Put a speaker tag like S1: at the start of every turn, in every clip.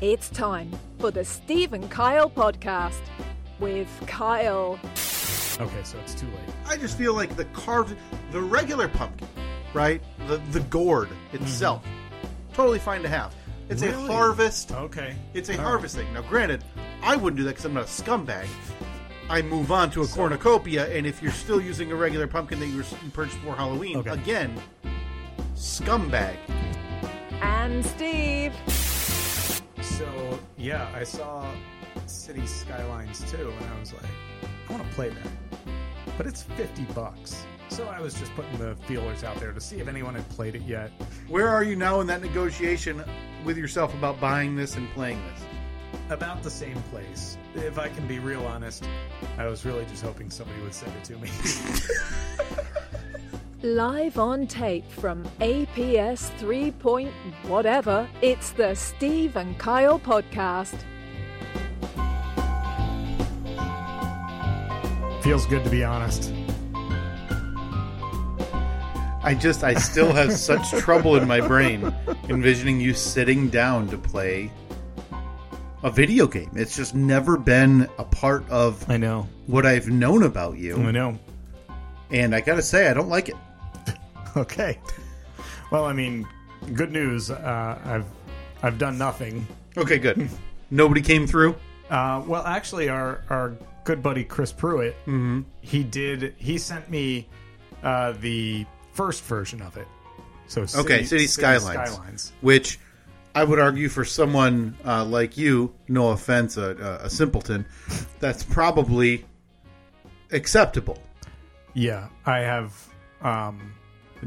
S1: It's time for the Steve and Kyle podcast with Kyle.
S2: Okay, so it's too late.
S3: I just feel like the carved, the regular pumpkin, right? The the gourd itself, totally fine to have. It's
S2: Mm-hmm. Really?
S3: a harvest.
S2: Okay.
S3: It's a
S2: All right.
S3: harvest thing. Now, granted, I wouldn't do that because I'm not a scumbag. I move on to a cornucopia, and if you're still using a regular pumpkin that you, were, you purchased for Halloween,
S2: Okay.
S3: again, scumbag.
S1: And Steve.
S2: So yeah, I saw City Skylines 2 and I was like, I want to play that, but it's 50 bucks. So I was just putting the feelers out there to see if anyone had played it yet.
S3: Where are you now in that negotiation with yourself about buying this and playing this?
S2: About the same place. If I can be real honest, I was really just hoping somebody would send it to me.
S1: Live on tape from APS 3. Point whatever, it's the Steve and Kyle podcast.
S2: Feels good to be honest.
S3: I just, I still have such trouble in my brain envisioning you sitting down to play a video game. It's just never been a part of
S2: I know.
S3: what I've known about you.
S2: know.
S3: And I gotta say, I don't like it.
S2: Okay. Well, I mean, good news. Uh, I've I've done nothing.
S3: Okay, good. Nobody came through.
S2: Uh, well, actually, our our good buddy Chris Pruitt,
S3: Mm-hmm.
S2: he did. He sent me uh, the first version of it. So city,
S3: Okay, City, Skylines, Which I would argue for someone uh, like you, no offense, a, a simpleton, that's probably acceptable.
S2: Yeah, I have um,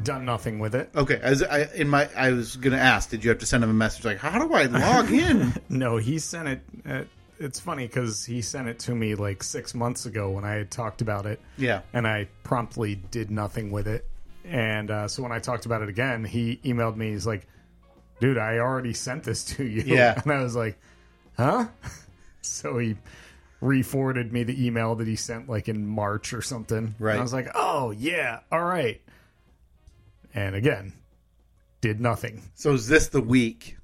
S2: done nothing with it.
S3: Okay, as I in my I was gonna ask, did you have to send him a message like, how do I log in?
S2: No, he sent it. Uh, it's funny because he sent it to me like six months ago when I had talked about it.
S3: Yeah.
S2: and I promptly did nothing with it. And uh, so when I talked about it again, he emailed me. He's like, "Dude, I already sent this to you."
S3: Yeah.
S2: and I was like, "Huh?" So he re-forwarded me the email that he sent like in March or something.
S3: Right.
S2: And I was like, "Oh yeah, all right." And again, did nothing.
S3: so is this the week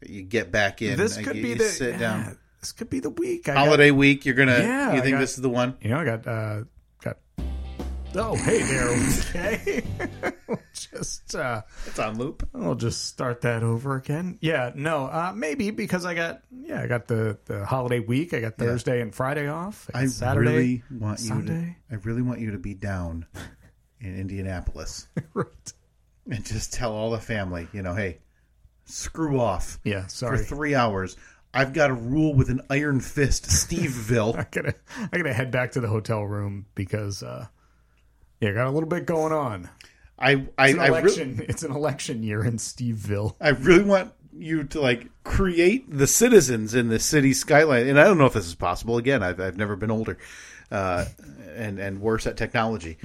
S3: that you get back in?
S2: This
S3: Like,
S2: could
S3: you,
S2: be
S3: you
S2: the
S3: sit
S2: yeah,
S3: down
S2: This could be the week. I got-
S3: holiday week. You're gonna.
S2: Yeah,
S3: you
S2: I
S3: think
S2: got-
S3: this is the one?
S2: You know, I got uh got Oh, hey there. Okay. We'll just uh
S3: It's on loop.
S2: we'll just start that over again. Yeah, no, uh maybe because I got yeah, I got the the holiday week. I got Thursday and Friday off. and
S3: I
S2: Saturday.
S3: really want
S2: Sunday.
S3: you. To, I really want you to be down in Indianapolis
S2: right.
S3: and just tell all the family, you know, hey, screw off
S2: Yeah,
S3: for
S2: sorry.
S3: three hours. I've got a rule with an iron fist,
S2: I
S3: Steveville.
S2: gotta I gotta head back to the hotel room because uh yeah, I got a little bit going on.
S3: I I
S2: It's an
S3: I, re-
S2: election. it's an election year in Steveville.
S3: I really want you to like create the citizens in the city skyline. And I don't know if this is possible. Again, I've I've never been older, uh, and and worse at technology.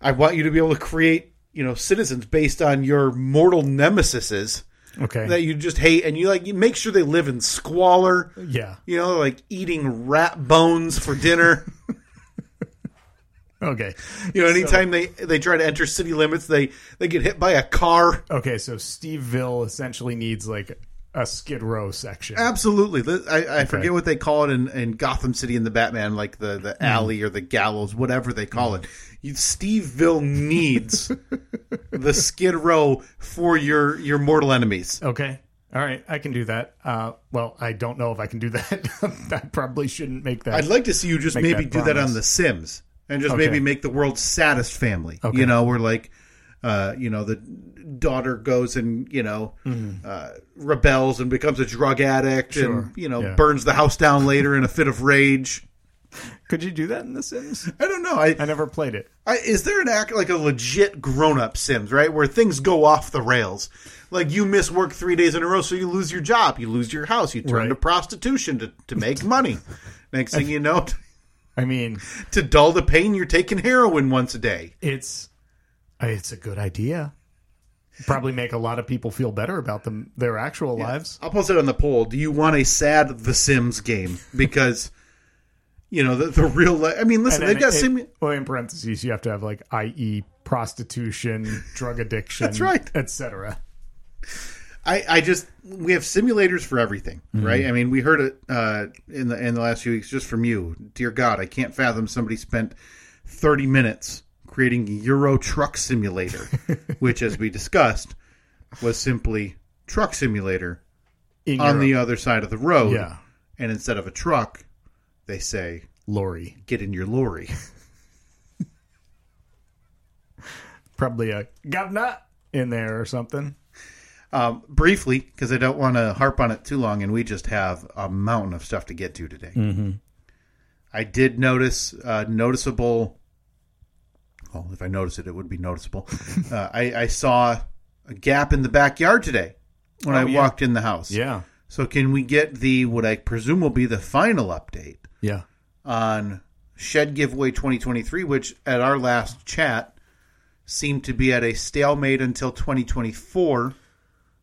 S3: I want you to be able to create you know citizens based on your mortal nemesises.
S2: Okay.
S3: that you just hate and you like you make sure they live in squalor
S2: yeah.
S3: you know like eating rat bones for dinner
S2: Okay.
S3: you know anytime they they try to enter city limits they they get hit by a car
S2: Okay, so Steveville essentially needs like a Skid Row section.
S3: Uh, absolutely Th- i, I forget what they call it in, in gotham city in the batman like the the
S2: Hmm.
S3: alley or the gallows whatever they call it you, steveville needs the skid row for your your mortal enemies
S2: Okay. All right, I can do that. Uh, well, I don't know if I can do that. I probably shouldn't make that.
S3: I'd like to see you just
S2: Make
S3: maybe
S2: that
S3: do that
S2: promise.
S3: on The Sims and just
S2: Okay.
S3: maybe make the world's saddest family. You know, where like, uh, you know, the daughter goes and you know uh, rebels and becomes a drug addict
S2: Hmm. Sure.
S3: and you know
S2: Yeah.
S3: burns the house down later in a fit of rage.
S4: Could you do that in The Sims?
S3: I don't know. I,
S2: I never played it.
S3: I is there an act like a legit grown up Sims right where things go off the rails? Like you miss work three days in a row, so you lose your job, you lose your house, you turn
S2: Right.
S3: to prostitution to, to make money. Next thing you know,
S2: I mean,
S3: to dull the pain, you're taking heroin once a day.
S2: it's uh, it's a good idea. Probably make a lot of people feel better about them their actual lives.
S3: I'll post it on the poll. Do you want a sad The Sims game? Because you know the, the real life. I mean, listen,
S2: And
S3: they've
S2: then
S3: got
S2: it-
S3: sim.
S2: well, in parentheses, you have to have like, i.e., prostitution, drug addiction,
S3: That's right.
S2: etc.
S3: I, I just we have simulators for everything, right? I mean, we heard it uh, in the in the last few weeks just from you. Dear God, I can't fathom somebody spent thirty minutes creating Euro Truck Simulator, which, as we discussed, was simply Truck Simulator
S2: In
S3: on the
S2: Europe.
S3: other side of the road.
S2: yeah,
S3: And instead of a truck, they say,
S2: Lori,
S3: "Get in your lorry."
S2: probably a governor in there or something.
S3: um, briefly, because I don't want to harp on it too long, and we just have a mountain of stuff to get to today.
S2: Mm-hmm.
S3: I did notice uh, noticeable. Well, if I noticed it, it would be noticeable. uh, I, I saw a gap in the backyard today when I
S2: Oh, yeah.
S3: walked in the house.
S2: Yeah,
S3: So, can we get the what I presume will be the final update
S2: yeah,
S3: on Shed Giveaway 2023, which at our last chat seemed to be at a stalemate until 2024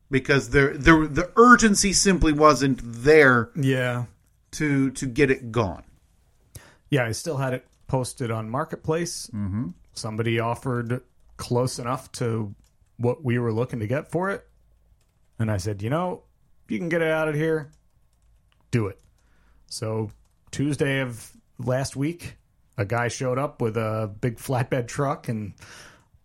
S3: because there, there the urgency simply wasn't there
S2: yeah,
S3: to to get it gone.
S2: yeah. I still had it posted on Marketplace. Mm-hmm. Somebody offered close enough to what we were looking to get for it, and I said, you know, if you can get it out of here, do it. So Tuesday of last week, a guy showed up with a big flatbed truck and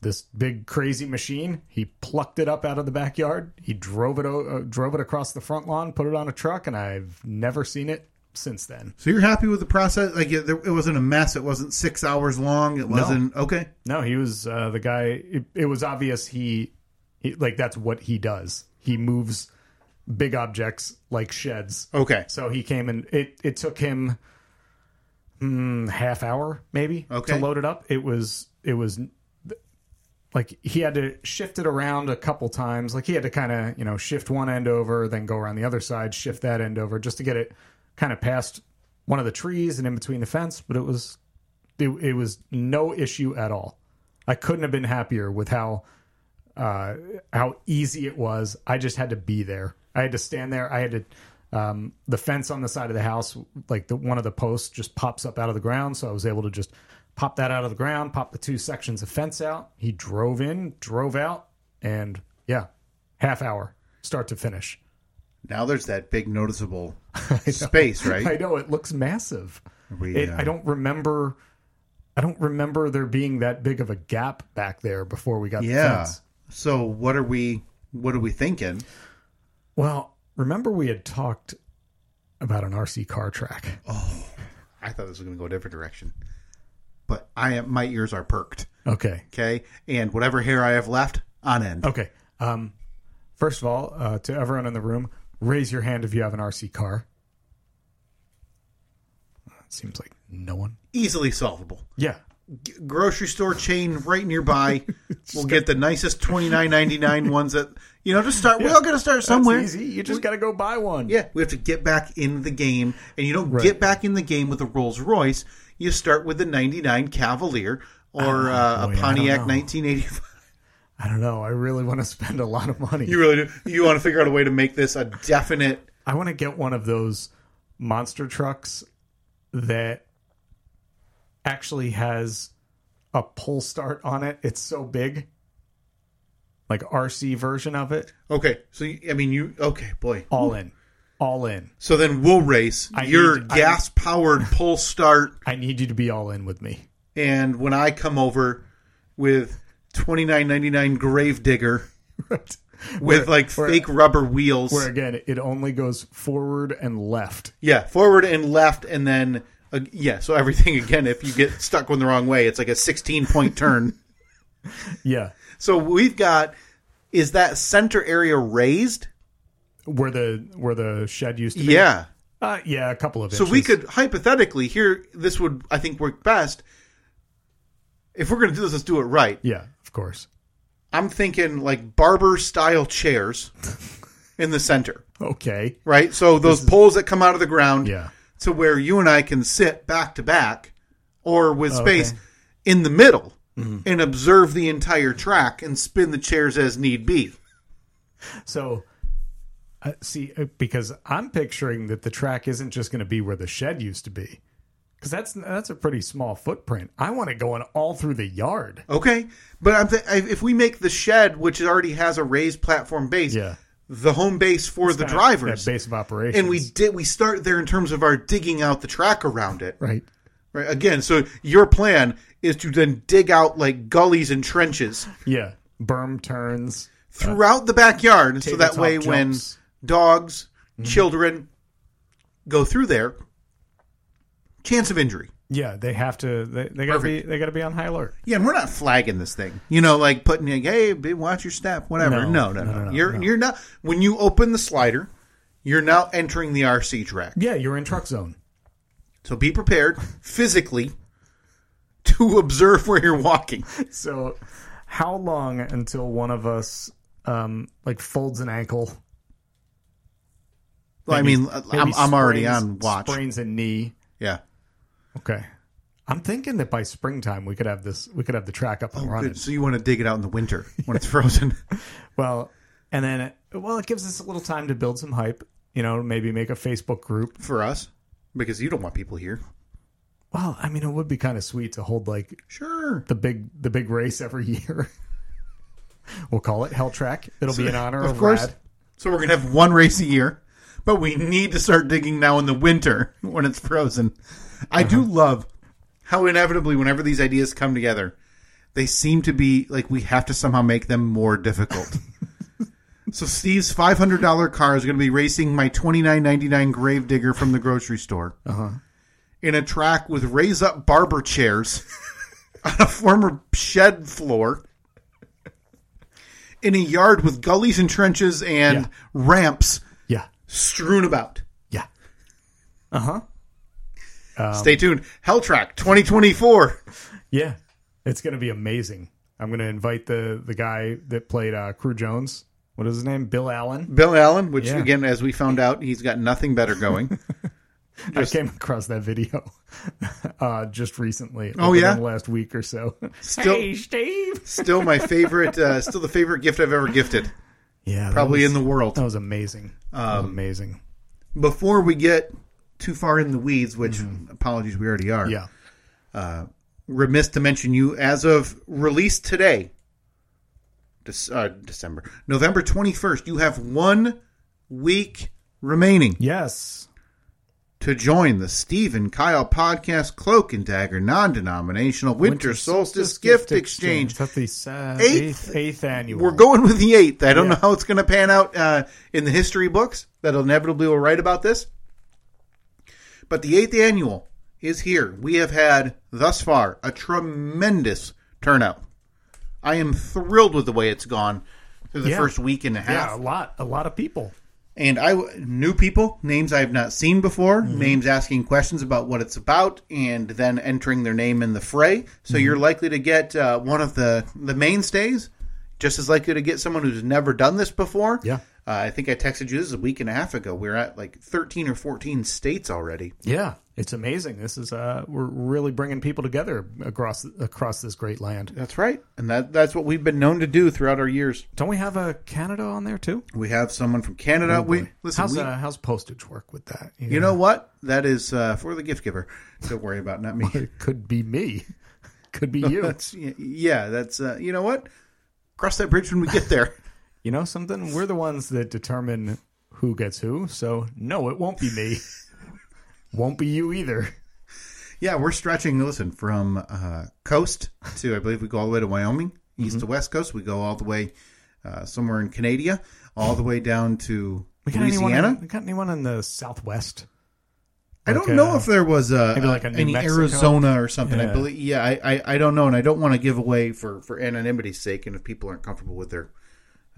S2: this big crazy machine. He plucked it up out of the backyard. He drove it o- uh, drove it across the front lawn, put it on a truck, and I've never seen it since then.
S3: So you're happy with the process? Like it, there, it wasn't a mess. It wasn't six hours long. It wasn't okay.
S2: No, he was uh, the guy. It, it was obvious he, he like that's what he does. He moves big objects like sheds.
S3: Okay.
S2: So he came and it it took him mm, half hour maybe
S3: Okay.
S2: to load it up. It was it was like he had to shift it around a couple times. Like he had to kind of you know shift one end over, then go around the other side, shift that end over just to get it kind of past one of the trees and in between the fence. But it was it, it was no issue at all. I couldn't have been happier with how uh, how easy it was. I just had to be there. I had to stand there. I had to um, the fence on the side of the house, like the one of the posts, just pops up out of the ground. So I was able to just pop that out of the ground, pop the two sections of fence out. He drove in, drove out, and yeah, half hour start to finish.
S3: Now there's that big noticeable space, right?
S2: I know it looks massive.
S3: We,
S2: It,
S3: uh,
S2: I don't remember. I don't remember there being that big of a gap back there before we got the
S3: Yeah.
S2: fence.
S3: So what are we? What are we thinking?
S2: Well, remember we had talked about an RC car track.
S3: I thought this was going to go a different direction, but I am. My ears are perked.
S2: Okay.
S3: okay and whatever hair i have left on end
S2: Okay. Um, first of all, uh, to everyone in the room, raise your hand if you have an RC car. It seems like no one.
S3: easily solvable
S2: Yeah.
S3: G- grocery store chain right nearby we'll get the nicest 29.99 ones that you know just start we all gotta start somewhere
S2: That's easy. You just got to go buy one.
S3: yeah we have to get back in the game and you don't get back in the game with a rolls royce you start with the 99 cavalier or uh,
S2: Oh, boy, I
S3: a
S2: don't
S3: pontiac
S2: know.
S3: 1985
S2: I don't know. I really want to spend a lot of money.
S3: you really do you want to figure out a way to make this a definite
S2: I want to get one of those monster trucks that actually has a pull start on it. It's so big. Like RC version of it.
S3: okay so you- i mean you okay boy
S2: All in. All in.
S3: so then we'll race
S2: I
S3: your
S2: need- I-
S3: gas powered pull start
S2: I need you to be all in with me.
S3: and when I come over with twenty nine ninety nine Gravedigger
S2: Right.
S3: with like
S2: where-
S3: fake rubber wheels,
S2: Where again, it only goes forward and left.
S3: yeah, forward and left, and then uh, yeah, so everything again. If you get stuck going the wrong way, it's like a sixteen point turn.
S2: Yeah.
S3: So we've got is that center area raised?
S2: Where the where the shed used to be.
S3: Yeah,
S2: Uh, yeah, a couple of
S3: So
S2: inches.
S3: we could hypothetically here. This would I think work best. If we're going to do this, let's do it right.
S2: Yeah, of course.
S3: I'm thinking like barber style chairs in the center,
S2: Okay.
S3: right? So those poles that come out of the ground
S2: Yeah.
S3: to where you and I can sit back to back or with
S2: Oh,
S3: space in the middle
S2: Mm-hmm.
S3: and observe the entire track and spin the chairs as need be.
S2: So, uh, see, uh, because I'm picturing that the track isn't just going to be where the shed used to be, because that's that's a pretty small footprint. I want it going all through the yard.
S3: Okay, but I'm th- if we make the shed, which already has a raised platform base,
S2: Yeah.
S3: the home base for the
S2: Kinda
S3: drivers,
S2: that base of operations,
S3: and we did we start there in terms of our digging out the track around it.
S2: right.
S3: Right. Again, so your plan is to then dig out like gullies and trenches
S2: Yeah, berm turns.
S3: throughout the backyard so that
S2: tabletop
S3: way
S2: jumps. Mm-hmm.
S3: when dogs, children go through there, chance of injury.
S2: Yeah, they have to. They, they gotta be. They gotta be on high alert.
S3: Yeah, and we're not flagging this thing. You know, like putting like, hey, babe, watch your step, whatever. No,
S2: No,
S3: no, no.
S2: no, no, no,
S3: you're you're not when you open the slider, you're now entering the RC track.
S2: Yeah, you're in truck zone.
S3: So be prepared physically to observe where you're walking.
S2: So, how long until one of us um like folds an ankle?
S3: Well, I mean,
S2: Maybe
S3: I'm, I'm already
S2: sprains-
S3: on watch.
S2: Sprains a knee.
S3: Yeah.
S2: Okay. I'm thinking that by springtime we could have this we could have the track up and running.
S3: Oh, Good. So you want to dig it out in the winter when it's frozen.
S2: Well, and then it, well it gives us a little time to build some hype, you know, maybe make a Facebook group.
S3: for us because you don't want people here.
S2: Well, I mean it would be kind of sweet to hold like
S3: Sure.
S2: the big the big race every year. we'll call it Hell Track. It'll be in honor of,
S3: Of course.
S2: Rad.
S3: So we're going to have one race a year, but we need to start digging now in the winter when it's frozen. I do love how inevitably whenever these ideas come together, they seem to be like we have to somehow make them more difficult. so Steve's $500 car is going to be racing my 29.99 Gravedigger from the grocery store. In a track with raise up barber chairs on a former shed floor. in a yard with gullies and trenches and
S2: Yeah.
S3: ramps
S2: Yeah.
S3: strewn about.
S2: Yeah. Uh-huh. Um,
S3: Stay tuned. Helltrack 2024.
S2: Yeah, it's going to be amazing. I'm going to invite the the guy that played uh, Crew Jones. What is his name? Bill Allen.
S3: Bill Allen, which
S2: Yeah.
S3: again, as we found out, he's got nothing better going.
S2: I came across that video uh, just recently.
S3: Oh,
S2: within
S3: yeah?
S2: the last week or so.
S3: Still-
S2: hey, Steve.
S3: still my favorite. Uh, still the favorite gift I've ever gifted,
S2: Yeah,
S3: probably
S2: that was,
S3: in the um, world.
S2: That was amazing. That was amazing.
S3: Before we get too far in the weeds, which apologies, we already are.
S2: Mm-hmm. Yeah.
S3: remiss to mention you as of release today, Dec- uh, December November 21st. You have one week remaining.
S2: Yes.
S3: to join the Steve and Kyle podcast Cloak and Dagger non denominational Winter, Solstice, Gift, Exchange.
S2: That's the se-
S3: Eighth-
S2: eighth, eighth annual.
S3: We're going with the eighth. I don't
S2: Yeah.
S3: know how it's going to pan out uh, in the history books that inevitably will write about this. But the eighth annual is here. We have had thus far a tremendous turnout. I am thrilled with the way it's gone through the
S2: Yeah.
S3: first week and a half.
S2: Yeah, a lot, a lot of people.
S3: and I w- new people, names I have not seen before, names asking questions about what it's about, and then entering their name in the fray. So you're likely to get uh, one of the the mainstays, just as likely to get someone who's never done this before.
S2: Yeah.
S3: Uh, I think I texted you this is a week and a half ago. We are at like 13 or 14 states already.
S2: Yeah, it's amazing. This is uh, we're really bringing people together across across this great land.
S3: That's right, and that that's what we've been known to do throughout our years.
S2: Don't we have a Canada on there too?
S3: We have someone from Canada. we listen.
S2: how's
S3: we-
S2: uh, how's postage work with that?
S3: you know what? That is uh, for the gift giver. Don't worry about it, not me.
S2: it could be me, could be you.
S3: That's yeah. That's uh, you know what. Cross that bridge when we get there.
S2: you know something? We're the ones that determine who gets who. So no, it won't be me. won't be you either.
S3: yeah, we're stretching. Listen, from uh, coast to I believe we go all the way to Wyoming,
S2: Mm-hmm.
S3: east to west coast. We go all the way uh, somewhere in Canada, all the way down to
S2: We got anyone?
S3: Louisiana.
S2: In, we got anyone in the Southwest?
S3: I don't
S2: like,
S3: know
S2: uh,
S3: if there was a,
S2: maybe like a New
S3: any
S2: Mexico?
S3: Arizona or something. I
S2: Yeah.
S3: believe. Yeah, I, I I don't know, and I don't want to give away for for anonymity's sake, and if people aren't comfortable with their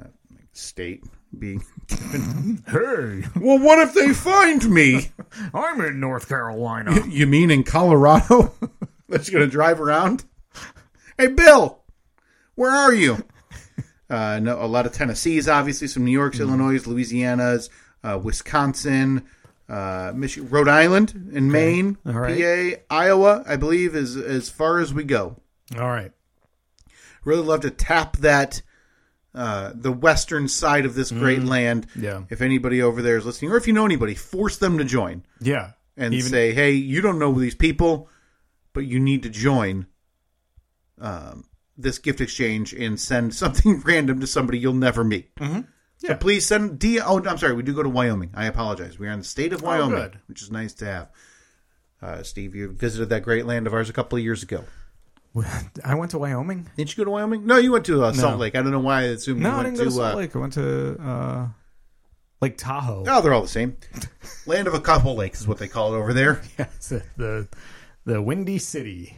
S3: uh, state being.
S2: Hey,
S3: Well, what if they find me?
S2: I'm in North Carolina.
S3: you mean in Colorado? That's going to drive around? Hey, Bill, where are you? Uh, no, a lot of Tennessee's, obviously, some New York's,
S2: Mm-hmm.
S3: Illinois, Louisiana's, uh, Wisconsin, uh, Michi- Rhode Island, and Maine,
S2: All right.
S3: PA, Iowa, I believe, is as far as we go.
S2: All right.
S3: Really love to tap that. Uh, the western side of this great land.
S2: Mm-hmm. yeah.
S3: If anybody over there is listening, or if you know anybody, force them to join
S2: Yeah.
S3: and
S2: Even-
S3: say, "Hey, you don't know these people, but you need to join um, this gift exchange and send something random to somebody you'll never meet." Mm-hmm.
S2: Yeah.
S3: So please send D. Oh, I'm sorry, we do go to Wyoming. I apologize. We are in the state
S5: Oh,
S3: of Wyoming,
S2: good.
S3: which is nice to have. Uh, Steve, you visited that great land of ours a couple of years ago.
S5: I went to Wyoming.
S3: Didn't you go to Wyoming? No, you went to uh, Salt Lake. I don't know why I assumed
S5: No,
S3: you
S5: I
S3: went
S5: didn't go to Salt
S3: uh,
S5: Lake. I went to uh, Lake Tahoe.
S3: Oh, they're all the same. land of a couple lakes is what they call it over there.
S2: Yes, the the Windy City.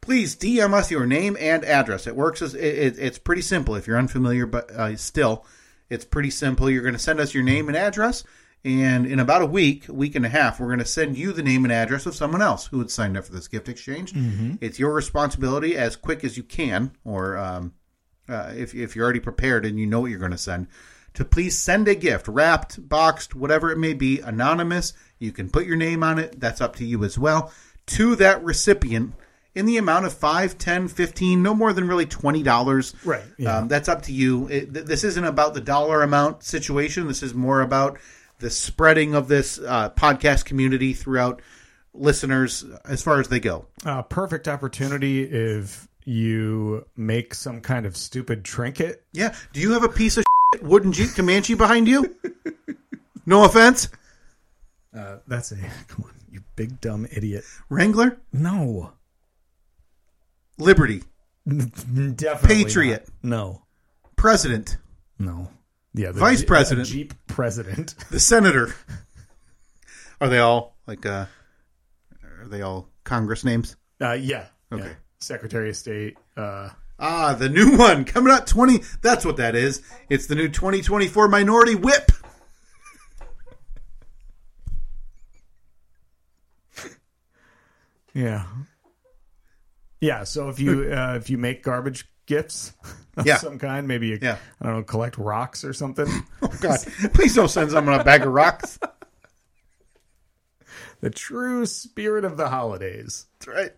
S3: please DM us your name and address. It works as it, it, it's pretty simple. If you're unfamiliar, but uh, still, it's pretty simple. You're going to send us your name and address, and in about a week, week and a half, we're going to send you the name and address of someone else who had signed up for this gift exchange. It's your responsibility as quick as you can, or um, uh, if if you're already prepared and you know what you're going to send. To please send a gift, wrapped, boxed, whatever it may be, anonymous. You can put your name on it. That's up to you as well. To that recipient, in the amount of 5 10 15 no more than really $20
S2: Right,
S3: um, that's up to you it, th- this isn't about the dollar amount situation this is more about the spreading of this uh, podcast community throughout listeners as far as they go
S2: Uh, perfect opportunity if you make some kind of stupid trinket.
S3: yeah do you have a piece of shit wooden jeep comanche behind you no offense
S2: That's a come on, you big dumb idiot.
S3: wrangler
S2: No,
S3: liberty
S2: definitely
S3: Patriot.
S2: not. No,
S3: president
S2: no. Yeah, the
S3: Vice
S2: Je-
S3: president.
S2: a Jeep president.
S3: the senator are they all like uh are they all congress names
S2: Uh, yeah.
S3: Okay.
S2: yeah. Secretary of State. Uh,
S3: Ah, the new one coming out 20. That's what that is. It's the new 2024 Minority Whip.
S2: yeah. Yeah. So if you uh, if you make garbage gifts of
S3: Yeah.
S2: some kind, maybe you,
S3: Yeah.
S2: I don't know, collect rocks or something.
S3: Oh, God. Please don't send someone a bag of rocks.
S2: the true spirit of the holidays.
S3: That's right.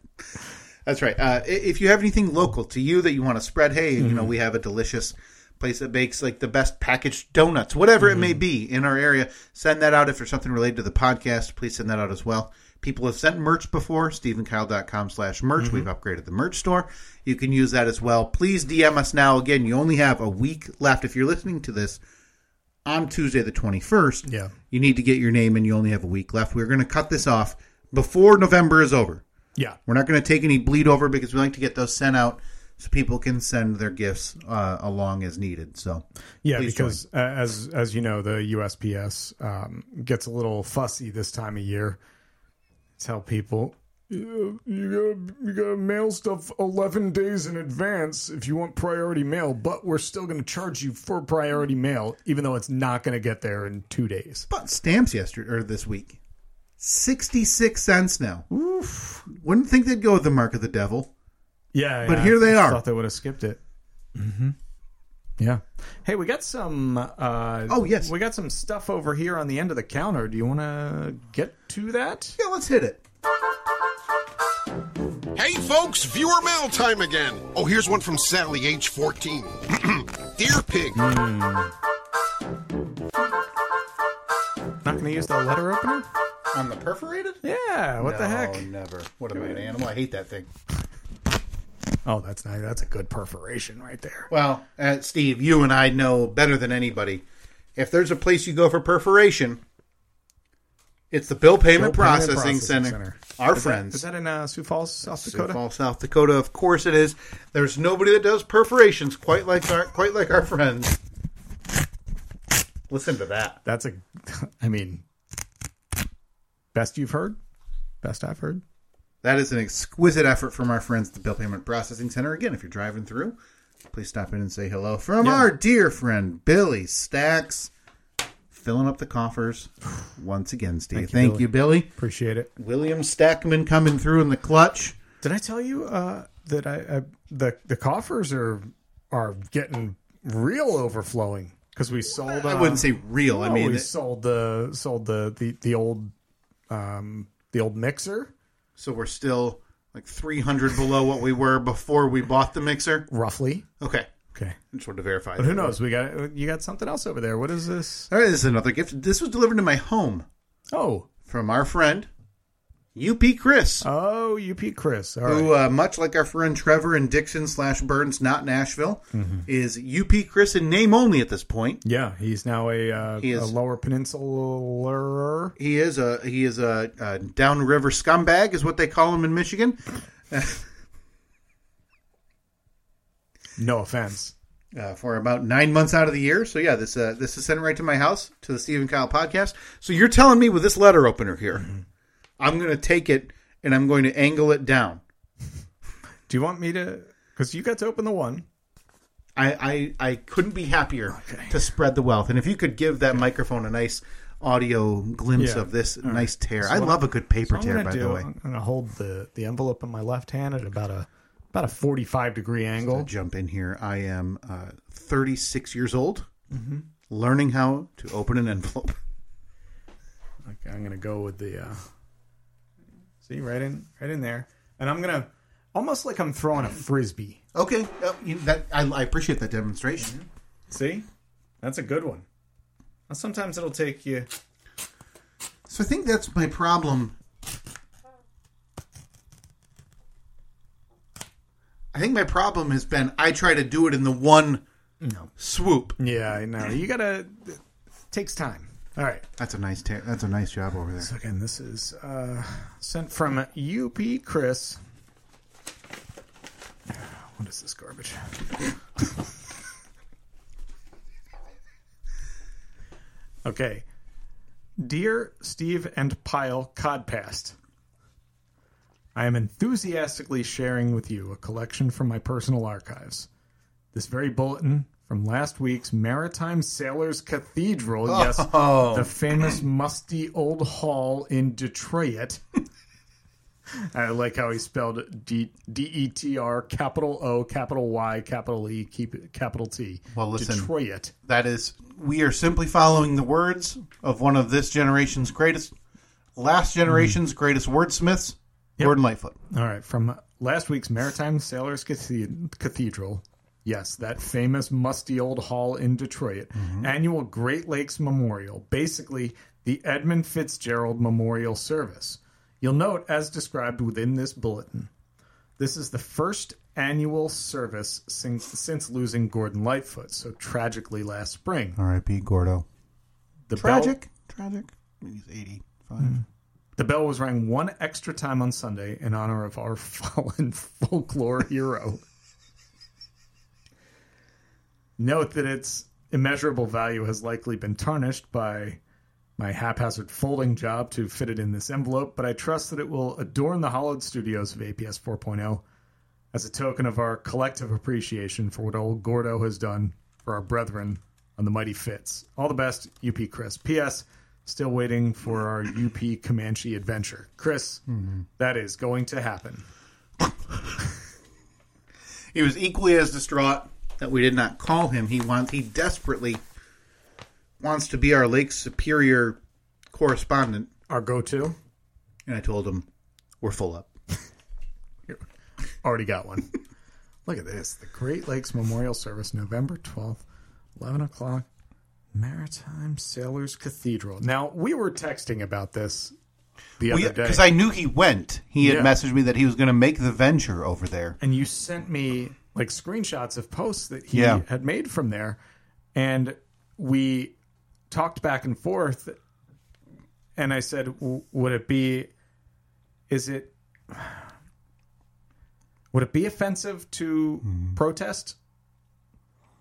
S3: That's right. Uh, i- if you have anything local to you that you want to spread, hey, you know, we have a delicious place that bakes like the best packaged donuts, whatever it may be in our area. Send that out if there's something related to the podcast. Please send that out as well. People have sent merch before, stephenkyle.com slash merch. We've upgraded the merch store. You can use that as well. Please DM us now. Again, you only have a week left if you're listening to this on Tuesday the 21st.
S2: Yeah.
S3: You need to get your name and you only have a week left. We're going to cut this off before November is over.
S2: Yeah.
S3: We're not going to take any bleed over because we like to get those sent out so people can send their gifts uh, along as needed. So
S2: Yeah,
S3: please
S2: because uh, as as you know, the USPS um, gets a little fussy this time of year. Tell people you gotta, you gotta mail stuff eleven days in advance if you want priority mail, but we're still gonna charge you for priority mail, even though it's not gonna get there in two days.
S3: bought stamps yesterday or this week, sixty six cents now. Wouldn't think they'd go with the mark of the devil.
S2: Yeah,
S3: But here they
S2: I
S3: are.
S2: Thought they would have skipped it. Mm-hmm. Yeah. Hey, we got some. Uh,
S3: Oh, yes.
S2: we got some stuff over here on the end of the counter. Do you want to get to that?
S3: Yeah, let's hit it.
S6: Hey folks, viewer mail time again. Oh, here's one from Sally, age 14. Dear Pig,
S2: Not going to use the letter opener?
S3: On the perforated?
S2: Yeah, what the
S3: Oh,
S2: heck?
S3: never. What am I, an animal? I hate that thing.
S2: Oh, that's nice. That's a good perforation right there.
S3: Well, uh, Steve, you and I know better than anybody. If there's a place you go for perforation, it's the bill payment,
S2: Bill Payment
S3: processing,
S2: Processing
S3: center.
S2: Center. Is
S3: Our
S2: that-
S3: friends.
S2: Is that in uh, Sioux Falls, South
S3: Sioux
S2: Dakota?
S3: Falls, South Dakota. Of course it is. There's nobody that does perforations quite like our quite like our friends. Listen to that.
S2: That's a, I mean, best you've heard? Best I've heard?
S3: That is an exquisite effort from our friends at the Bill Payment Processing Center. Again, if you're driving through, Please stop in and say hello from our dear friend Billy Stacks, filling up the coffers once again, Steve. Thank, you, Billy.
S2: Appreciate it.
S3: William Stackman coming through in the clutch.
S2: Did I tell you uh, that I, I the the coffers are are getting real overflowing because we sold. Uh,
S3: I wouldn't say real. I
S2: no,
S3: mean,
S2: we sold the sold the the the old um the old mixer
S3: so we're still like 300 below what we were before we bought the mixer.
S2: roughly.
S3: Okay,
S2: Okay.
S3: I just wanted to verify.
S2: But who knows? We got you got something else over there. What is this?
S3: All right, this is another gift. This was delivered to my home
S2: Oh,
S3: from our friend UP Chris,
S2: oh, UP Chris. All right.
S3: who, uh, much like our friend Trevor and Dixon slash Burns, not Nashville, is UP Chris in name only at this point.
S2: Yeah, he's now a uh,
S3: He
S2: a
S3: is-
S2: lower peninsular.
S3: He is a he is a, a downriver scumbag, is what they call him in Michigan.
S2: No offense.
S3: uh, for about nine months out of the year. So yeah, this uh, this is sent right to my house to the Stephen Kyle podcast. So you're telling me with this letter opener here, I'm going to take it and I'm going to angle it down.
S2: Do you want me to? Because you got to open the one.
S3: I I, I couldn't be happier to spread the wealth. And if you could give that microphone a nice audio glimpse
S2: Yeah.
S3: of this
S2: All right.
S3: nice tear, I
S2: So what-
S3: love a good paper
S2: So I'm
S3: tear.
S2: gonna
S3: By
S2: do-
S3: the way,
S2: I'm gonna hold the the envelope in my left hand at about a about a 45 degree
S3: I'll
S2: angle.
S3: jump in here. I am uh, 36 years old,
S2: Mm-hmm.
S3: learning how to open an envelope.
S2: Okay, I'm gonna go with the uh, see right in right in there, and I'm gonna almost like I'm throwing a frisbee.
S3: Okay, uh, you- that I, I appreciate that demonstration.
S2: Mm-hmm. See, that's a good one. Now, sometimes it'll take you.
S3: So I think that's my problem. I think my problem has been I try to do it in the one swoop.
S2: Yeah, I know. You gotta it takes time. All right.
S3: That's a nice ta- that's a nice job over there.
S2: Again, this is uh, sent from UP Chris. What is this garbage? okay. Dear Steve and Pyle Codpast, I am enthusiastically sharing with you a collection from my personal archives. This very bulletin from last week's Maritime Sailors Cathedral,
S3: Oh.
S2: yes, the famous musty old hall in Detroit. I like how he spelled D E T R capital O capital Y capital E keep it, capital T.
S3: Well, listen.
S2: Detroit.
S3: That is we are simply following the words of one of this generation's greatest last generation's greatest wordsmiths, Gordon Lightfoot.
S2: All right, from last week's Maritime Sailors Cathe- Cathedral. Yes, that famous musty old hall in Detroit. Annual Great Lakes Memorial, basically the Edmund Fitzgerald Memorial Service. You'll note, as described within this bulletin, this is the first annual service since, since losing Gordon Lightfoot, so tragically last spring.
S3: R.I.P. Gordo.
S2: The bell-
S3: Tragic. Tragic. He's eighty five.
S2: The bell was rang one extra time on Sunday in honor of our fallen folklore hero. Note that its immeasurable value has likely been tarnished by my haphazard folding job to fit it in this envelope, but I trust that it will adorn the hollowed studios of APS 4.0 as a token of our collective appreciation for what old Gordo has done for our brethren on the mighty Fitz. All the best, UP Chris. P.S. Still waiting for our UP Comanche adventure. Chris, that is going to happen.
S3: He was equally as distraught that we did not call him. He wants he desperately wants to be our Lake Superior correspondent.
S2: Our go to?
S3: And I told him, We're full up.
S2: Already got one. Look at this. The Great Lakes Memorial Service, November 12th, 11 o'clock, Maritime Sailors Cathedral. Now, we were texting about this the other day.
S3: Because I knew he went. He had
S2: Yeah.
S3: messaged me that he was gonna make the venture over there.
S2: and you sent me like screenshots of posts that he
S3: Yeah.
S2: had made from there and we talked back and forth and i said "W- would it be is it would it be offensive to
S3: Mm-hmm.
S2: protest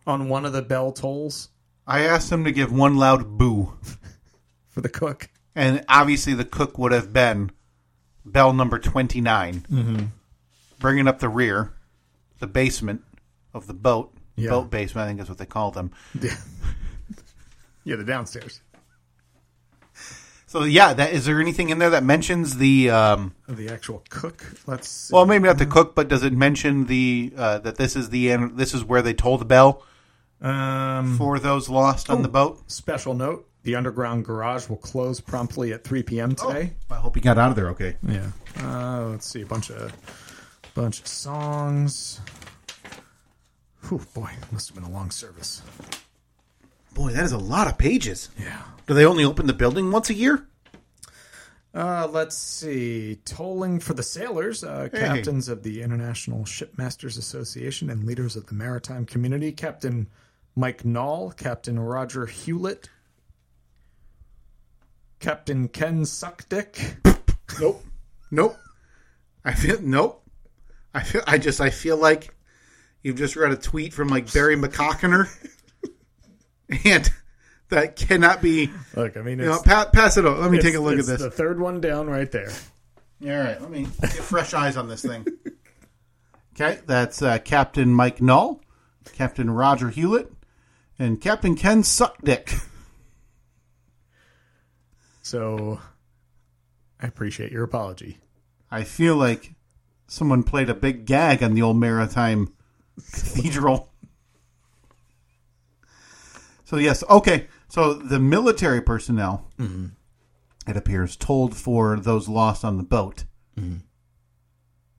S2: on one of the bell tolls
S3: I asked him to give one loud boo.
S2: for the cook
S3: And obviously the cook would have been Mm-hmm. bell number 29 bringing up the rear, the basement, of the boat,
S2: Yeah.
S3: boat basement, I think is what they call them.
S2: Yeah. yeah, the downstairs.
S3: So yeah, that is there anything in there that mentions the um,
S2: The actual cook. Let's see.
S3: well, maybe not the cook, but does it mention the uh, that this is the end? This is where they toll the bell
S2: um,
S3: for those lost on the boat.
S2: special note: the underground garage will close promptly at 3 p.m. today.
S3: I hope you got out of there okay.
S2: Yeah. Uh, let's see a bunch of bunch of songs. Whew, boy, must have been a long service.
S3: Boy, that is a lot of pages.
S2: Yeah.
S3: Do they only open the building once a year?
S2: Uh, let's see. Tolling for the sailors, uh, captains of the International Shipmasters Association and leaders of the maritime community. Captain Mike Knoll, Captain Roger Hewlett, Captain Ken Suckdick.
S3: Nope. Nope. I feel nope. I feel I just I feel like you've just read a tweet from like Barry McCockiner, and that cannot be.
S2: Look, I mean,
S3: You know, pa- pass it over. Let me take a look at
S2: it's
S3: this.
S2: The third one down, right there.
S3: All right, let me get fresh eyes on this thing. Okay, that's uh, Captain Mike Null, Captain Roger Hewlett, and Captain Ken Suckdick.
S2: So, I appreciate your apology.
S3: I feel like someone played a big gag on the old maritime cathedral. So yes, okay. So the military personnel, it appears, told for those lost on the boat,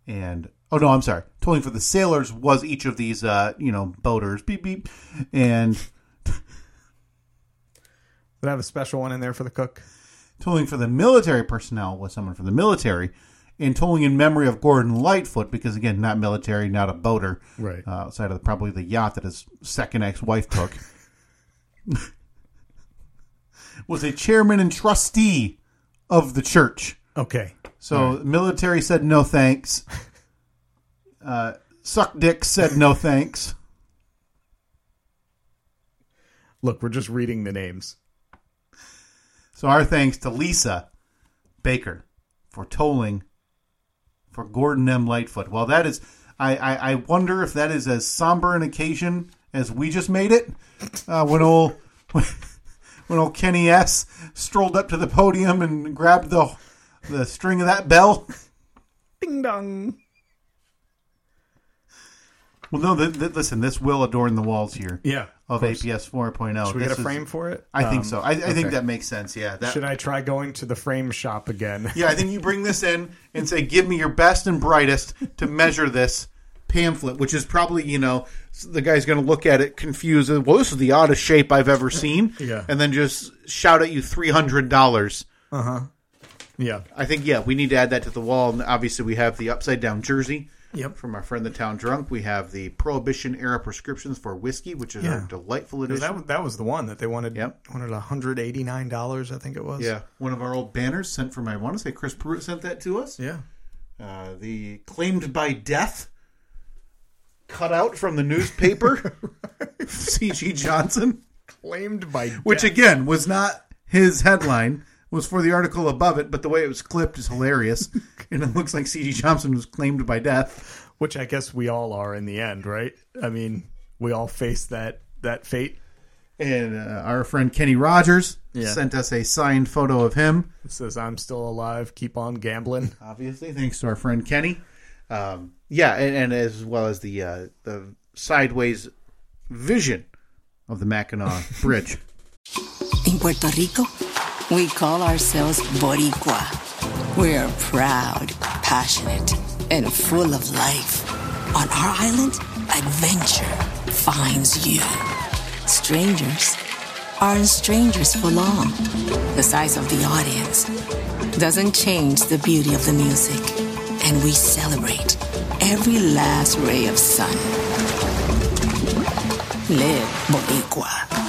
S3: and oh no, I'm sorry, tolling for the sailors was each of these, uh, you know, boaters, beep beep, and
S2: Did I have a special one in there for the cook?
S3: tolling for the military personnel was someone from the military, and tolling in memory of Gordon Lightfoot because again, not military, not a boater,
S2: Right.
S3: uh, outside of the, probably the yacht that his second ex-wife took. was a chairman and trustee of the church.
S2: Okay.
S3: So military said no thanks. Uh, suck dick said no thanks.
S2: Look, we're just reading the names.
S3: So our thanks to Lisa Baker for tolling for Gordon M. Lightfoot. Well, that is, I, I, I wonder if that is as somber an occasion as we just made it uh, when old when old Kenny S. strolled up to the podium and grabbed the the string of that bell.
S2: Ding dong.
S3: Well, no, th- th- listen, this will adorn the walls here
S2: Yeah.
S3: of APS 4.0.
S2: Should we
S3: oh. This
S2: get a
S3: is-
S2: frame for it?
S3: I think so. I, I
S2: okay.
S3: think that makes sense. Yeah, that,
S2: Um, Should I try going to the frame shop again?
S3: Yeah, I think you bring this in and say, "Give me your best and brightest to measure this pamphlet," which is probably you know the guy's going to look at it confused. and, Well, this is the oddest shape I've ever seen.
S2: Yeah.
S3: and then just shout at you three hundred dollars.
S2: Yeah.
S3: I think yeah, we need to add that to the wall. And obviously, we have the upside down jersey.
S2: Yep.
S3: From our friend the town drunk, we have the prohibition era prescriptions for whiskey, which is
S2: Yeah.
S3: our delightful
S2: Because
S3: edition.
S2: that, that was the one that they wanted.
S3: Yep.
S2: Wanted one hundred eighty nine dollars, I think it was.
S3: yeah, one of our old banners sent from I want to say Chris Pruitt sent that to us.
S2: Yeah.
S3: uh, the claimed by death cut out from the newspaper cg johnson
S2: Claimed by
S3: which again was not his headline was for the article above it but the way it was clipped is hilarious and it looks like cg johnson was claimed by death
S2: which I guess we all are in the end, right? I mean, we all face that that fate.
S3: and uh, our friend kenny rogers
S2: Yeah.
S3: sent us a signed photo of him
S2: It says I'm still alive, keep on gambling.
S3: obviously thanks to our friend kenny um, yeah and, and as well as the uh, the sideways vision of the mackinac bridge
S7: In Puerto Rico, we call ourselves Boricua. We're proud, passionate, and full of life. On our island, adventure finds you. Strangers aren't strangers for long. The size of the audience doesn't change the beauty of the music, and we celebrate every last ray of sun. Live Boricua.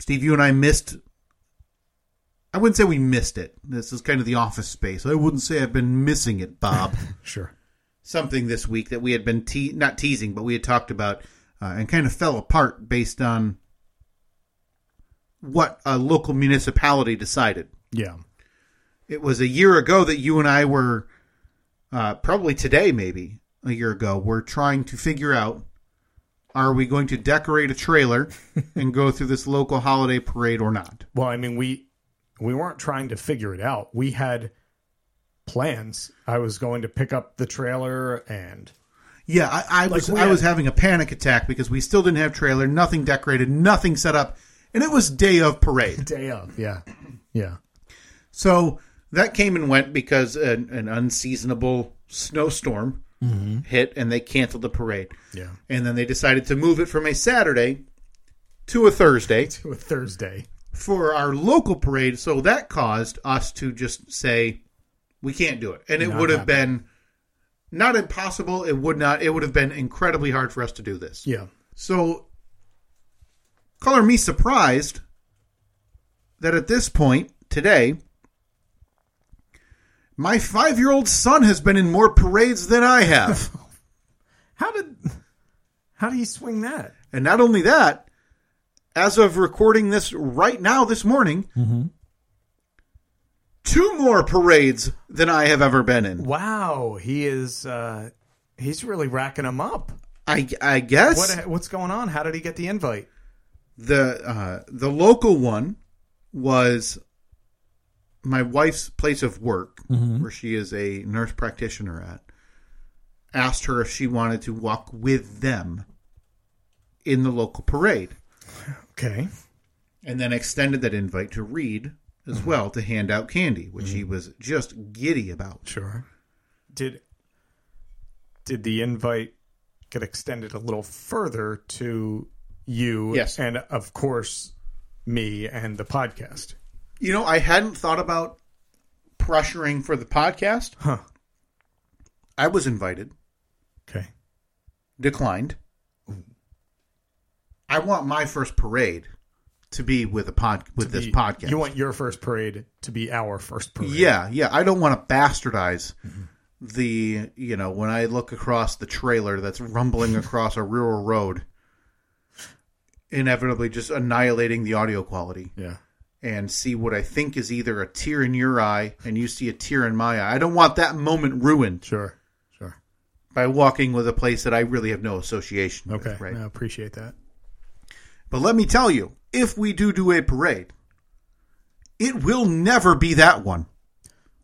S3: Steve, you and I missed. I wouldn't say we missed it. This is kind of the office space. I wouldn't say I've been missing it, Bob.
S2: Sure.
S3: Something this week that we had been te- not teasing, but we had talked about uh, and kind of fell apart based on what a local municipality decided.
S2: Yeah.
S3: It was a year ago that you and I were, uh, probably today, maybe a year ago, we're trying to figure out are we going to decorate a trailer and go through this local holiday parade or not?
S2: Well, I mean, we we weren't trying to figure it out. We had plans. I was going to pick up the trailer and
S3: Yeah, I, I was
S2: we
S3: I was
S2: had-
S3: having a panic attack because we still didn't have trailer, nothing decorated, nothing set up, and it was day of parade.
S2: day of. Yeah. Yeah.
S3: So that came and went because an, an unseasonable snowstorm
S2: Mm-hmm.
S3: hit and they canceled the parade.
S2: Yeah.
S3: And then they decided to move it from a Saturday to a Thursday
S2: To a Thursday.
S3: for our local parade. So that caused us to just say we can't do it. And it
S2: Not
S3: would have been not impossible, it would not it would have been incredibly hard for us to do this.
S2: Yeah.
S3: So, color me surprised that at this point today, my five year old son has been in more parades than I have.
S2: How did how do you swing that?
S3: and not only that, as of recording this right now, this morning, two more parades than I have ever been in.
S2: Wow, he is uh he's really racking them up.
S3: I, I guess.
S2: What what's going on? How did he get the invite?
S3: the uh, the local one was my wife's place of work, where she is a nurse practitioner at. Asked her if she wanted to walk with them in the local parade,
S2: Okay.
S3: and then extended that invite to Reed as well to hand out candy, which he was just giddy about.
S2: Sure. Did did the invite get extended a little further to you
S3: Yes.
S2: and of course me and the podcast?
S3: You know, I hadn't thought about pressuring for the podcast.
S2: Huh.
S3: I was invited.
S2: Okay.
S3: declined. I want my first parade to be with a pod with this
S2: You-
S3: podcast.
S2: You want your first parade to be our first parade. Mm-hmm.
S3: yeah, yeah. I don't want to bastardize the you know when I look across the trailer that's rumbling across a rural road, inevitably just annihilating the audio quality
S2: Yeah.
S3: and see what I think is either a tear in your eye and you see a tear in my eye. I don't want that moment ruined
S2: Sure. Sure.
S3: by walking with a place that I really have no association. with,
S2: Okay.
S3: right.
S2: I appreciate that.
S3: But let me tell you, if we do do a parade, it will never be that one.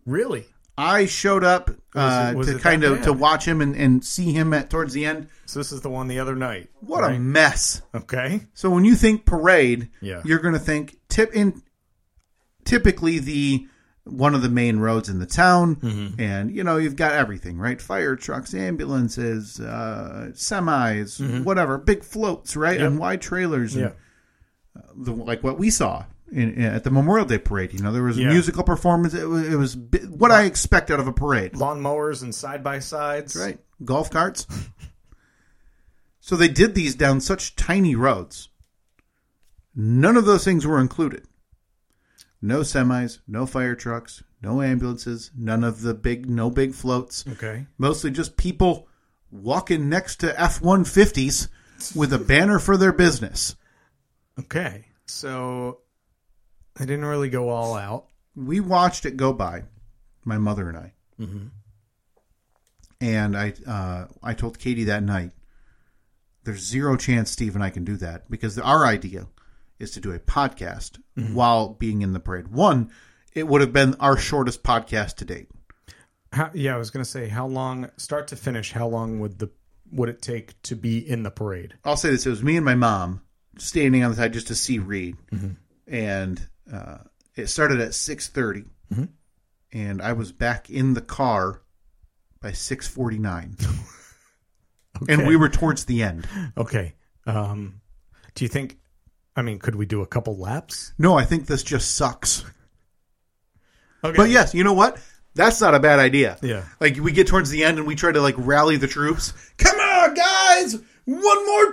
S2: Really?
S3: I showed up uh,
S2: Was it- was
S3: to
S2: it
S3: kind
S2: that
S3: of
S2: bad?
S3: to watch him and, and see him at towards the end.
S2: So this is the one the other night.
S3: What a
S2: right?
S3: mess!
S2: Okay.
S3: So when you think parade,
S2: Yeah.
S3: you're going to think tip in typically the one of the main roads in the town,
S2: Mm-hmm.
S3: and you know you've got everything right: fire trucks, ambulances, uh, semis, whatever, big floats, right, and wide trailers. and-
S2: Mm-hmm. Yeah.
S3: the, like what we saw in, in- at the Memorial Day parade. You know, there was
S2: Yeah.
S3: a musical performance. It was, it was bi- what I expect out of a parade.
S2: Lawnmowers and side by sides.
S3: Right. Golf carts. so they did these down such tiny roads. None of those things were included. No semis, no fire trucks, no ambulances, none of the big, no big floats.
S2: Okay.
S3: Mostly just people walking next to F 150s with a banner for their business.
S2: Okay. So I didn't really go all out.
S3: we watched it go by, my mother and I. And I, uh, I told Katie that night, there's zero chance Steve and I can do that because our idea is to do a podcast while being in the parade. One, it would have been our shortest podcast to date.
S2: How, yeah, I was gonna say how long start to finish. How long would the would it take to be in the parade?
S3: I'll say this: it was me and my mom standing on the side just to see Reed,
S2: Mm-hmm.
S3: and uh, it started at six
S2: Mm-hmm.
S3: and I was back in the car by six forty nine, and we were towards the end.
S2: Okay. Um, do you think? I mean, could we do a couple laps?
S3: No, I think this just sucks.
S2: Okay.
S3: But yes, you know what? That's not a bad idea.
S2: Yeah.
S3: Like we get towards the end and we try to like rally the troops. Come "Yeehaw, guys! One more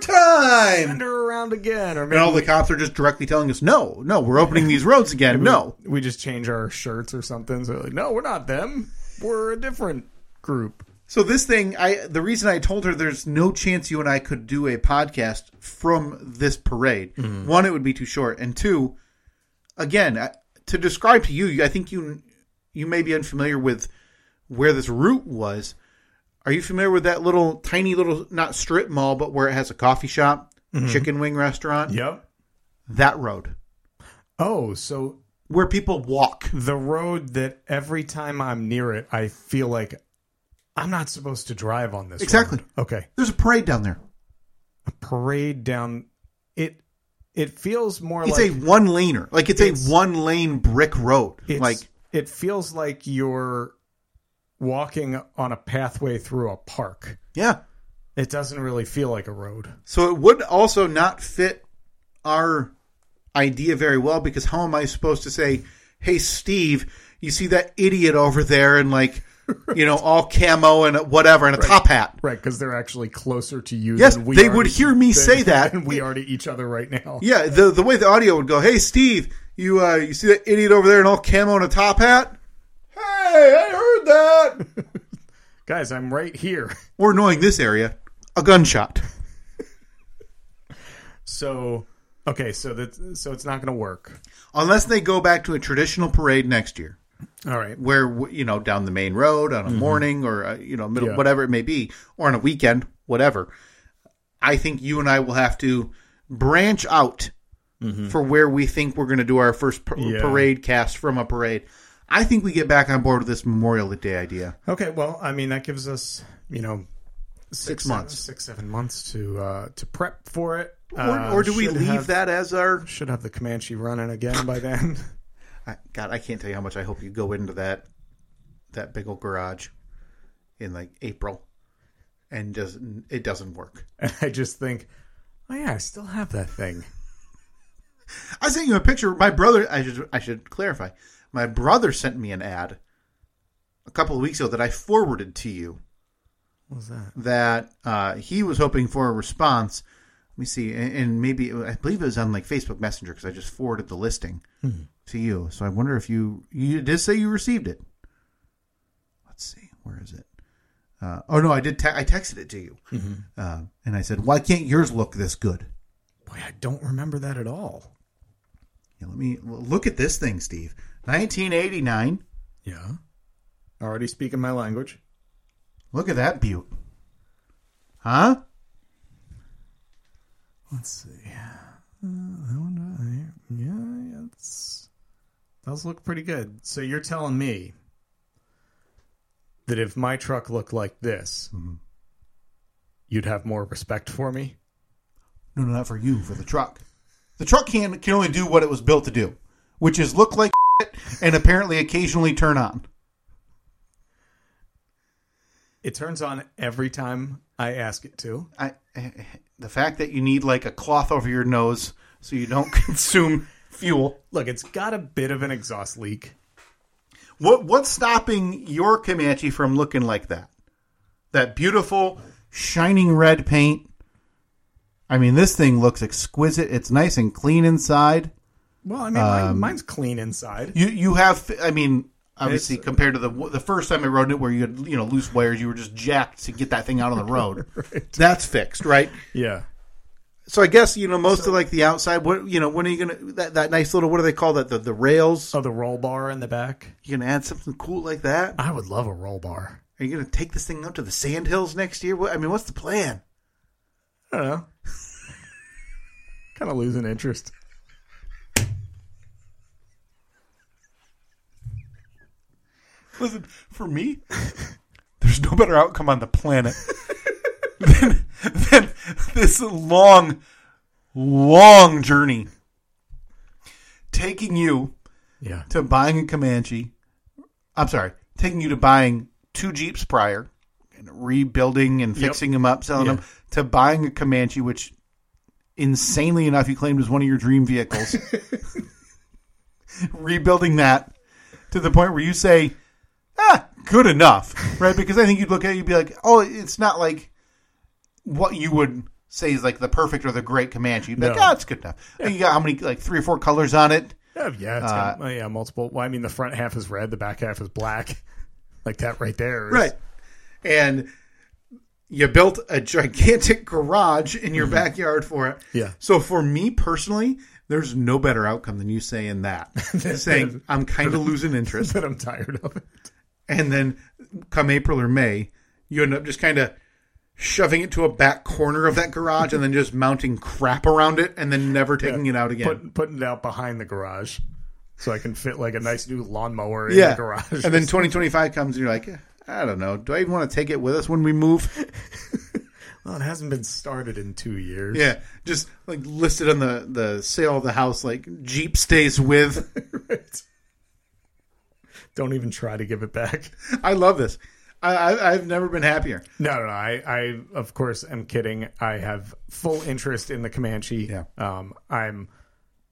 S3: time!"
S2: Send her around again, or
S3: And
S2: maybe
S3: all the cops are just directly telling us, "No, no, we're opening these roads again. No."
S2: we just change our shirts or something. So like, no, we're not them. We're a different group.
S3: So this thing, I the reason I told her there's no chance you and I could do a podcast from this parade.
S2: Mm-hmm.
S3: One, it would be too short, and two, again, I, to describe to you, I think you you may be unfamiliar with where this route was. Are you familiar with that little tiny little not strip mall, but where it has a coffee shop,
S2: Mm-hmm.
S3: chicken wing restaurant?
S2: Yep.
S3: That road
S2: Oh, so
S3: where people walk.
S2: the road that every time I'm near it, I feel like I'm not supposed to drive on this.
S3: Exactly.
S2: road. Okay.
S3: There's a parade down there.
S2: A parade down it. It feels more
S3: It's
S2: like
S3: a one laner, like it's,
S2: It's-
S3: a one lane brick road,
S2: it's-
S3: like.
S2: it feels like you're walking on a pathway through a park.
S3: Yeah,
S2: It doesn't really feel like a road.
S3: So it would also not fit our idea very well because how am I supposed to say, "Hey, Steve, you see that idiot over there in like, you know, all camo and whatever and a top hat."
S2: Right, because they're actually closer to you.
S3: Yes,
S2: than we
S3: they
S2: are
S3: would
S2: to-
S3: hear me
S2: than-
S3: say that.
S2: than we are to each other right now.
S3: Yeah, the the way the audio would go, "Hey, Steve, you uh, you see that idiot over there in all camo and a top hat?" Hey, I heard that.
S2: Guys, I'm right here.
S3: or knowing this area, a gunshot.
S2: So, okay, so that so it's not going to work.
S3: Unless they go back to a traditional parade next year.
S2: All right.
S3: where w- you know down the main road on a morning or uh, you know middle
S2: Mm-hmm. Yeah.
S3: whatever it may be or on a weekend whatever i think you and i will have to branch out for where we think we're going to do our first par-
S2: Mm-hmm. Yeah.
S3: parade cast from a parade i think we get back on board with this memorial day idea
S2: Okay, well, I mean that gives us, you know,
S3: Six
S2: seven-
S3: months.
S2: six seven months to uh to prep for it. Uh,
S3: or, or do we leave that as our
S2: Should have the Comanche running again by then.
S3: I, god i can't tell you how much i hope you go into that that big old garage in like april and just it doesn't work
S2: and I just think, oh yeah, I still have that thing.
S3: I sent you a picture. My brother. I should. I should clarify. My brother sent me an ad a couple of weeks ago that I forwarded to you.
S2: What was that?
S3: That uh, he was hoping for a response. Let me see, and, and maybe I believe it was on like Facebook Messenger because I just forwarded the listing to you. So I wonder if you you did say you received it. Let's see, where is it? Uh, oh no, I did. Te- I texted it to you, uh, and I said, "Why can't yours look this good?"
S2: Boy, I don't remember that at all.
S3: Yeah, let me well, look at this thing, Steve. 1989.
S2: Yeah. Already speaking my language.
S3: Look at that butte. Huh?
S2: Let's see. Uh, that one, uh, yeah, yeah, it's those look pretty good. So you're telling me that if my truck looked like this, you'd have more respect for me.
S3: No, no, not for you, for the truck. The truck can can only do what it was built to do, which is look like shit and apparently occasionally turn on.
S2: It turns on every time I ask it to.
S3: I, the fact that you need like a cloth over your nose so you don't consume fuel.
S2: Look, it's got a bit of an exhaust leak.
S3: What what's stopping your Comanche from looking like that? That beautiful shining red paint. I mean, this thing looks exquisite. It's nice and clean inside.
S2: Well, I mean, mine, mine's clean inside.
S3: You you have I mean obviously
S2: It's-
S3: compared to the the first time I rode it where you had you know loose wires you were just jacked to get that thing out on the road. That's fixed, right?
S2: Yeah.
S3: So I guess you know most of like the outside. What you know when are you gonna that, that nice little what do they call that the the rails?
S2: Oh, the roll bar in the back.
S3: You gonna add something cool like that?
S2: I would love a roll bar.
S3: Are you gonna take this thing up to the sand hills next year? What, I mean, what's the plan?
S2: I don't know. kind of losing interest.
S3: Listen, for me, there's no better outcome on the planet than, than this long, long journey taking you
S2: Yeah.
S3: to buying a Comanche. I'm sorry, taking you to buying two Jeeps prior and rebuilding and fixing them up, selling them, to buying a Comanche, which insanely enough you claimed was one of your dream vehicles. rebuilding that to the point where you say, ah, good enough, right? Because I think you'd look at it, you'd be like, oh, it's not like what you would say is like the perfect or the great Comanche. You'd be like,
S2: No.
S3: oh, it's good enough. And you got how many, like three or four colors on it?
S2: Oh, yeah, it's
S3: Uh,
S2: got, well, yeah, multiple. Well, I mean, the front half is red, the back half is black. Like that right there. is-
S3: And you built a gigantic garage in your backyard for it.
S2: Mm-hmm. Yeah.
S3: So for me personally, there's no better outcome than you saying that. saying, I'm kind of losing interest.
S2: But I'm tired of it.
S3: and then come April or May, you end up just kind of shoving it to a back corner of that garage and then just mounting crap around it and then never taking it out again.
S2: Put, putting it out behind the garage so I can fit like a nice new lawnmower in
S3: yeah.
S2: the garage.
S3: And then 2025 comes and you're like, I don't know. Do I even want to take it with us when we move?
S2: well, Oh, it hasn't been started in two years.
S3: Yeah. Just like listed on the, the sale of the house, like Jeep stays with.
S2: Right. Don't even try to give it back.
S3: I love this. I, I, I've never been happier.
S2: No, no, no. I, I, of course, am kidding. I have full interest in the Comanche.
S3: Yeah.
S2: Um, I'm,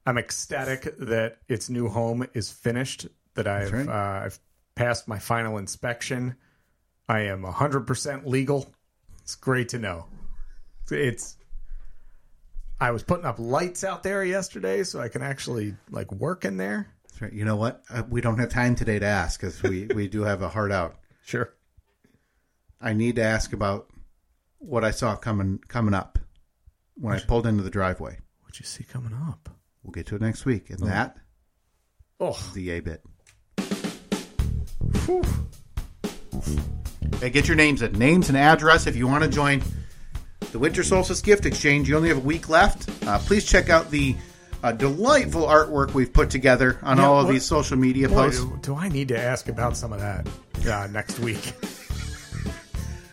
S2: I'm ecstatic that its new home is finished. That I've,
S3: right.
S2: uh, I've passed my final inspection. I am 100% legal. It's great to know. It's. I was putting up lights out there yesterday, so I can actually like work in there.
S3: That's right. You know what? Uh, we don't have time today to ask because we, we do have a hard out.
S2: Sure.
S3: I need to ask about what I saw coming coming up when I pulled into the driveway.
S2: What you see coming up?
S3: We'll get to it next week, and that
S2: Oh,
S3: is the A bit. Hey, get your names in, names and address if you want to join the Winter Solstice Gift Exchange. You only have a week left. Uh, please check out the uh, delightful artwork we've put together on
S2: Yeah,
S3: all of
S2: what-
S3: these social media
S2: boy,
S3: posts.
S2: do, do I need to ask about some of that uh, next week?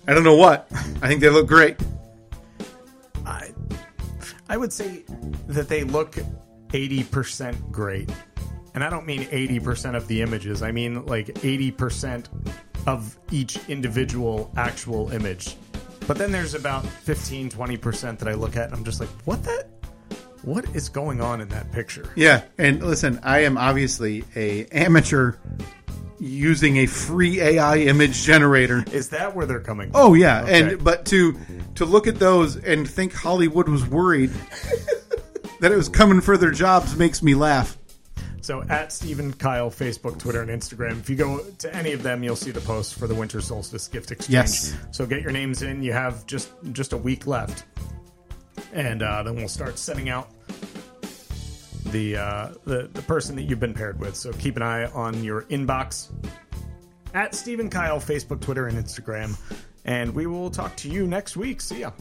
S3: I don't know what. I think they look great.
S2: I, I would say that they look 80% great. And I don't mean 80% of the images. I mean like 80% of each individual actual image. But then there's about 15, 20% that I look at and I'm just like, what the? What is going on in that picture?
S3: Yeah, and listen, I am obviously a amateur using a free AI image generator.
S2: Is that where they're coming from?
S3: Oh yeah,
S2: Okay.
S3: and but to to look at those and think Hollywood was worried that it was coming for their jobs makes me laugh.
S2: So at Stephen Kyle, Facebook, Twitter, and Instagram. If you go to any of them, you'll see the posts for the winter solstice gift exchange.
S3: Yes.
S2: So get your names in. You have just just a week left, and uh, then we'll start sending out the uh, the the person that you've been paired with. So keep an eye on your inbox at Stephen Kyle, Facebook, Twitter, and Instagram. And we will talk to you next week. See ya.